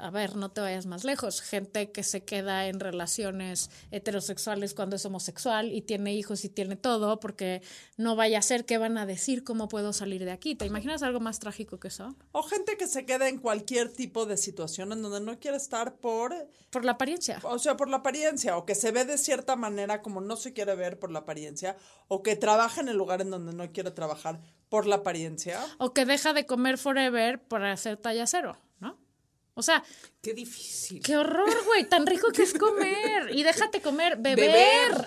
E: a ver, no te vayas más lejos, gente que se queda en relaciones heterosexuales cuando es homosexual y tiene hijos y tiene todo, porque no vaya a ser que van a decir cómo puedo salir de aquí. ¿Te imaginas algo más trágico que eso?
D: O gente que se queda en cualquier tipo de situación en donde no quiere estar por,
E: Por la apariencia.
D: o sea, por la apariencia, o que se ve de cierta manera como no se quiere ver por la apariencia, o que trabaja en el lugar en donde no quiere trabajar por la apariencia.
E: O que deja de comer forever para hacer talla cero, ¿no? O sea,
F: Qué difícil.
E: qué horror, güey, tan rico que es comer. Y déjate comer, beber.
F: Beber.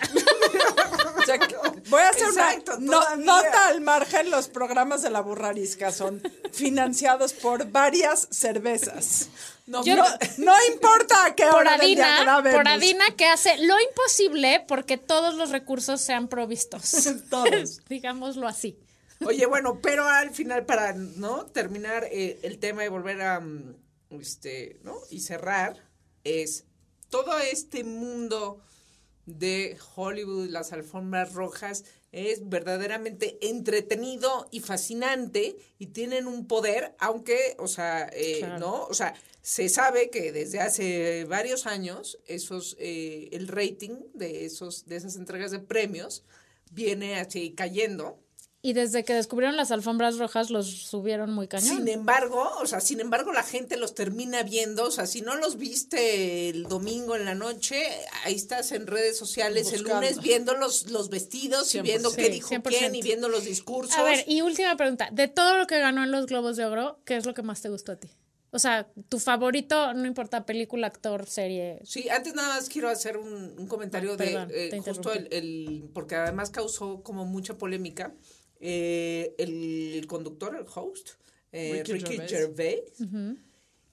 D: O sea, que- voy a hacer
C: Exacto,
D: una no-
C: todavía.
D: nota al margen, los programas de la burrarisca son financiados por varias cervezas. No,
E: Yo-
D: no, no importa a qué
E: Por
D: hora del día
E: Adina,
D: grabemos.
E: por Adina que hace lo imposible porque todos los recursos sean provistos.
D: Todos.
E: Digámoslo así.
C: Oye, bueno, pero al final, para no terminar eh, el tema y volver a mm, este, ¿no? Y cerrar, es todo este mundo de Hollywood, las alfombras rojas, es verdaderamente entretenido y fascinante y tienen un poder, aunque, o sea, eh,
E: Claro.
C: ¿no? O sea, se sabe que desde hace varios años esos, eh, el rating de, esos, de esas entregas de premios viene así cayendo.
E: Y desde que descubrieron las alfombras rojas los subieron muy cañón.
C: Sin embargo, o sea, sin embargo la gente los termina viendo, o sea, si no los viste el domingo en la noche, ahí estás en redes sociales
D: Buscando.
C: el lunes viendo los, los vestidos y
D: 100%.
C: viendo qué
E: Sí,
C: dijo
E: 100%.
C: quién y viendo los discursos.
E: A ver, y última pregunta. De todo lo que ganó en los Globos de Oro, ¿qué es lo que más te gustó a ti? O sea, tu favorito, no importa, película, actor, serie.
C: Sí, antes nada más quiero hacer un, un comentario
E: Ah, perdón,
C: de eh,
E: te
C: justo el,
E: interrumpí.
C: el- porque además causó como mucha polémica eh, el conductor, el host, eh, Ricky,
D: Ricky Gervais.
C: Gervais,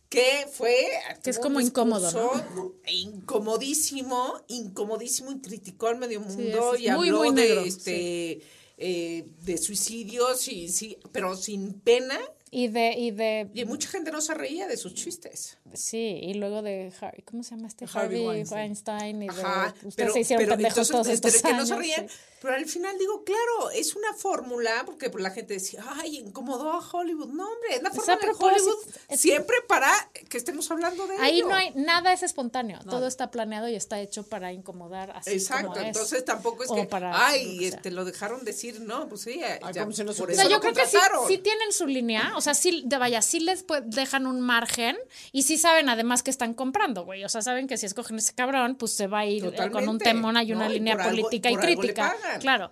C: que fue
E: Que es
C: tuvo
E: como
C: un
E: incómodo, ¿no?
C: discurso incomodísimo, incomodísimo y criticó al medio mundo
E: es
C: y
E: muy,
C: habló
E: muy
C: de
E: negro,
C: este eh, de suicidios y sí, pero sin pena
E: Y de, y de,
C: y mucha gente no se reía de sus chistes.
E: sí, y luego de Harvey, ¿cómo se llama este?
D: Harvey
E: Harvey,
D: Weinstein.
E: Weinstein. y de,
C: Ajá,
E: ustedes
C: pero,
E: se hicieron
C: pero
E: pendejos
C: entonces,
E: todos
C: desde
E: estos
C: que no
E: años.
C: se reían,
E: sí.
C: pero al final digo, claro, es una fórmula, porque pues, la gente decía, ay, incomodó a Hollywood. No, hombre, es la
E: a
C: fórmula de
E: propósito,
C: Hollywood
E: es-
C: siempre para que estemos hablando de
E: Ahí
C: ello.
E: no hay, nada es espontáneo, todo está planeado y está hecho para incomodar así
C: Exacto,
E: como es.
C: entonces tampoco es
E: O
C: que,
E: para
C: ay,
E: lo que sea.
C: este, lo dejaron decir, no, pues sí, ya,
D: como si no
C: por
E: O
C: eso
E: sea,
C: lo
E: yo creo que sí,
C: contrataron.
E: sí tienen su línea, o sea, sí, de vaya, sí les pue- dejan un margen y sí saben además que están comprando, güey. O sea, saben que si escogen ese cabrón, pues se va a ir eh, con un
C: Totalmente,
E: temón, hay una
C: ¿no? Y
E: línea
C: por algo-
E: política
C: por
E: y
C: algo le
E: crítica.
C: pagan.
E: Claro.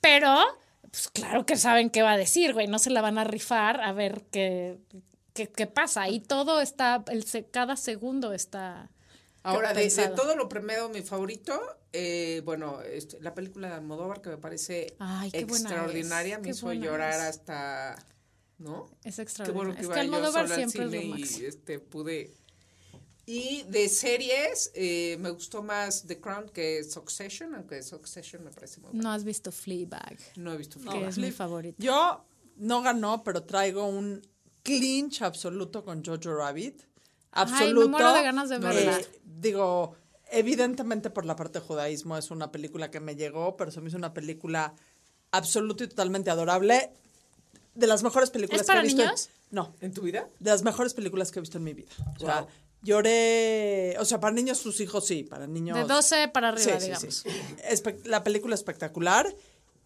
E: Pero, pues claro que saben qué va a decir, güey. No se la van a rifar a ver qué, qué, qué pasa. Y todo está, el, se- cada segundo está.
C: Ahora, de, de
E: pensado.
C: todo lo premiado, mi favorito, eh, bueno, este, la película de Almodóvar que me parece
E: Ay, qué buena
C: extraordinaria,
E: es,
C: me
E: qué
C: hizo
E: buena
C: llorar
E: es.
C: hasta, ¿no?
E: Es
C: Qué bueno
E: extraordinario.
C: que
E: es
C: iba yo
E: que Almodóvar
C: sola al
E: siempre es lo
C: cine y
E: máximo.
C: este, pude. Y de series, eh, me gustó más The Crown que Succession, aunque Succession me parece muy buena.
E: No has visto Fleabag,
C: No he visto
E: que
C: Fleabag.
E: es mi favorito.
D: Yo no ganó, pero traigo un clinch absoluto con Jojo Rabbit. Absoluto. Eh,
E: me muero de ganas de verla.
D: digo, evidentemente por la parte de judaísmo es una película que me llegó, pero se me hizo una película absoluta y totalmente adorable. De las mejores películas
E: ¿Es para
D: que he visto. en-
E: niños?
D: no,
C: ¿En tu vida?
D: de las mejores películas que he visto en mi vida. O sea,
C: Wow.
D: lloré. O sea, para niños, sus hijos sí, para niños.
E: De 12 para
D: Sí,
E: arriba,
D: sí,
E: digamos.
D: sí. Espe- la película espectacular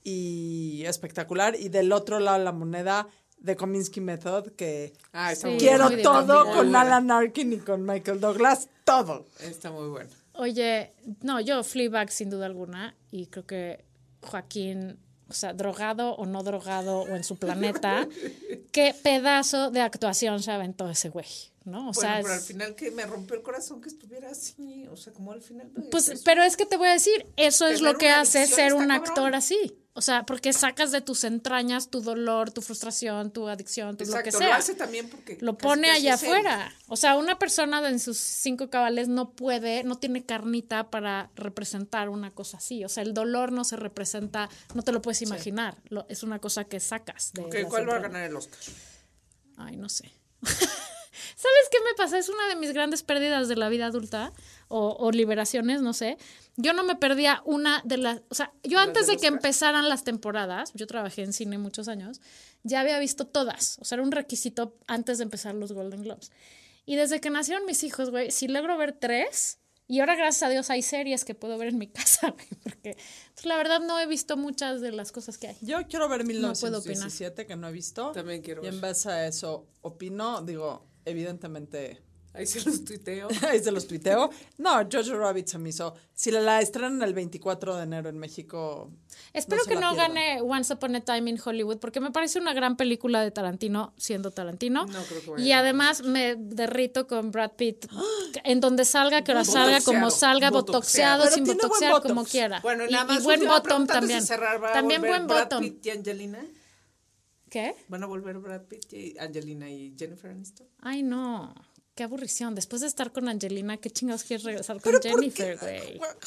D: y espectacular. Y del otro lado de la moneda, The Kominsky Method, que
C: Ah, está
E: Sí,
C: muy
D: quiero
E: muy
D: todo
E: divertida.
D: con
C: Muy buena.
D: Alan Arkin y con Michael Douglas, todo.
C: buena. Está muy buena.
E: Oye, no, yo Fleabag sin duda alguna y creo que Joaquín, o sea, drogado o no drogado o en su planeta, qué pedazo de actuación se aventó ese güey, ¿no? O
C: bueno,
E: sea,
C: pero al
E: es-
C: final que me rompió el corazón que estuviera así, o sea, como al final.
E: pues,
C: es-
E: pero es que te voy a decir, eso es
C: Tener
E: lo que
C: una
E: hace
C: adicción
E: ser
C: está
E: un
C: cabrón.
E: actor así. O sea, porque sacas de tus entrañas tu dolor, tu frustración, tu adicción, tu lo que
C: Exacto,
E: sea.
C: lo hace también porque.
E: lo
C: casi,
E: pone
C: casi
E: allá
C: es él.
E: afuera. O sea, una persona de en sus cinco cabales no puede, no tiene carnita para representar una cosa así. O sea, el dolor no se representa, no te lo puedes imaginar. Lo- es una cosa que sacas de.
C: Ok,
E: las
C: ¿Cuál va a
E: entrañas.
C: ganar el Oscar?
E: Ay, no sé. ¿Sabes qué me pasa? Es una de mis grandes pérdidas de la vida adulta o, o liberaciones, no sé. Yo no me perdía una de las... O sea, yo antes de que empezaran las temporadas, yo trabajé en cine muchos años, ya había visto todas. O sea, era un requisito antes de empezar los Golden Globes. Y desde que nacieron mis hijos, güey, si logro ver tres, y ahora gracias a Dios hay series que puedo ver en mi casa, güey, porque pues, la verdad no he visto muchas de las cosas que hay.
D: Yo quiero ver
E: No puedo opinar.
D: 1917, que no he visto.
C: También quiero
D: Y en
C: ver.
D: base a eso, opino, digo, evidentemente,
C: Ahí se los tuiteo.
D: ahí se los tuiteo. No, Jojo Rabbit se me hizo. Si la, la estrenan el 24 de enero en México.
E: Espero
D: se
E: que
D: la
E: no
D: pierdan.
E: gane Once Upon a Time in Hollywood, porque me parece una gran película de Tarantino, siendo Tarantino.
C: No creo que vaya
E: y
C: a ganar.
E: además me derrito con Brad Pitt, en donde salga, que ahora
C: Botoxeado.
E: salga, como salga,
C: Botoxeado.
E: botoxeado,
D: Pero
E: sin
D: tiene buen
E: botoxear,
D: botox.
E: como quiera.
C: Bueno,
E: Y-
C: nada
E: y,
C: más.
E: buen
C: última
E: bottom
C: pregunta antes de
E: también.
C: cerrar, ¿va a
E: También
C: volver
E: buen
C: Brad
E: bottom.
C: Pitt y Angelina?
E: ¿Qué?
C: ¿Van a volver Brad Pitt y Angelina y Jennifer Aniston?
E: Ay, no. Qué aburrición. Después de estar con Angelina, ¿é chingados quieres regresar con
D: Pero ¿por
E: Jennifer, güey?
C: ¿Por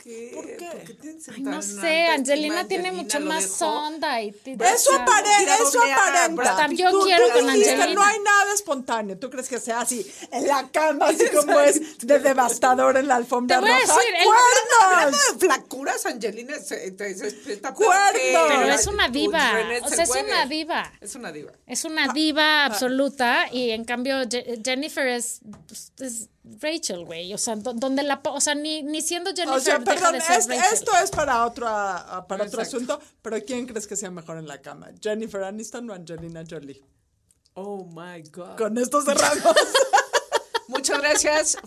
C: qué?
D: ¿Por qué?
C: ¿Por tienen
E: Ay, no
C: tan
E: sé.
C: alta
E: Angelina
C: estima?
E: tiene
C: Angelina
E: mucha
C: lo
E: más
C: dejó.
E: onda. Y, y-
D: Eso
E: o sea,
D: aparenta,
C: Mira,
D: eso
C: doble A,
D: aparenta.
C: Brad Pitt.
E: Yo quiero con
D: dijiste,
E: Angelina.
D: No hay nada espontáneo. ¿Tú crees que sea así en la cama, así como es de devastador en la alfombra
E: Te voy a
D: roja?
E: decir, el-
D: ¡Cuernos!
C: Hablando de flacuras, Angelina se, te- se- se- está peor
D: ¡Cuernos!
C: que-
E: Pero
D: Ay,
E: es una diva.
C: René
E: O sea, es
C: Zellweger.
E: una diva.
C: Es una diva.
E: Es
D: Ah,
E: una diva absoluta y en cambio Je- Jennifer es, pues, es Rachel, güey. O sea, do- donde la, po- o sea, ni, ni siendo Jennifer
D: O sea,
E: deja
D: perdón,
E: de ser
D: es-
E: Rachel.
D: esto es para otro, ah, para otro
C: Exacto.
D: asunto, pero ¿quién crees que sea mejor en la cama? ¿Jennifer Aniston o Angelina Jolie?
C: Oh my God.
D: Con esto cerramos.
C: Muchas gracias.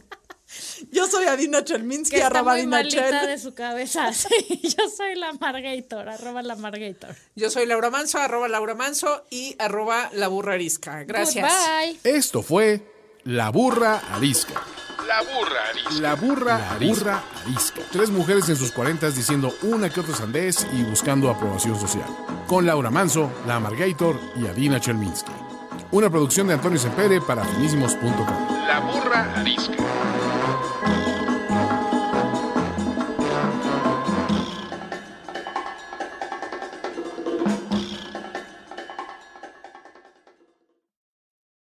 D: Yo soy Adina Chelminsky,
E: que está
D: arroba
E: muy
D: Adina
E: malita
D: Chel.
E: de su cabeza. Sí, yo soy la Margator, arroba la Margator.
C: Yo soy Laura Manso, arroba Laura Manso y arroba la burra arisca. Gracias.
E: Goodbye.
A: Esto fue La Burra Arisca.
B: La burra arisca.
A: La Burra Burra Arisca. Tres mujeres en sus cuarentas diciendo una que otra sandez y buscando aprobación social. Con Laura Manso, La Margator y Adina Chelminsky. Una producción de Antonio Sempere para finísimos.com.
B: La burra arisca.